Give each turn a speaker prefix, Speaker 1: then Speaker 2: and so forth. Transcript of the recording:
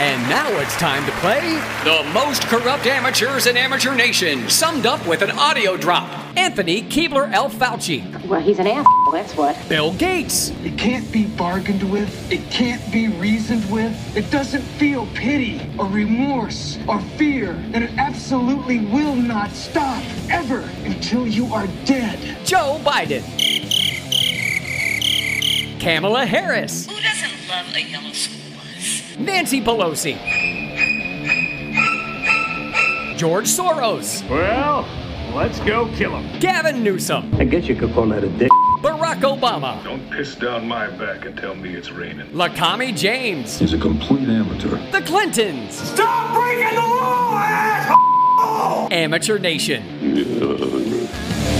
Speaker 1: And now it's time to play The Most Corrupt Amateurs in Amateur Nation, summed up with an audio drop. Anthony Keebler L. Fauci,
Speaker 2: Well, he's an ass. That's what.
Speaker 1: Bill Gates,
Speaker 3: It can't be bargained with. It can't be reasoned with. It doesn't feel pity or remorse or fear. And it absolutely will not stop ever until you are dead.
Speaker 1: Joe Biden, Kamala Harris,
Speaker 4: Who doesn't love a yellow school bus?
Speaker 1: Nancy Pelosi, George Soros,
Speaker 5: Well, let's go kill him.
Speaker 1: Gavin Newsom,
Speaker 6: I guess you could call that a dick.
Speaker 1: Barack Obama,
Speaker 7: Don't piss down my back and tell me it's raining.
Speaker 1: Lakami James,
Speaker 8: He's a complete amateur.
Speaker 1: the Clintons. Stop breaking the law, asshole! Amateur Nation.
Speaker 8: Yeah.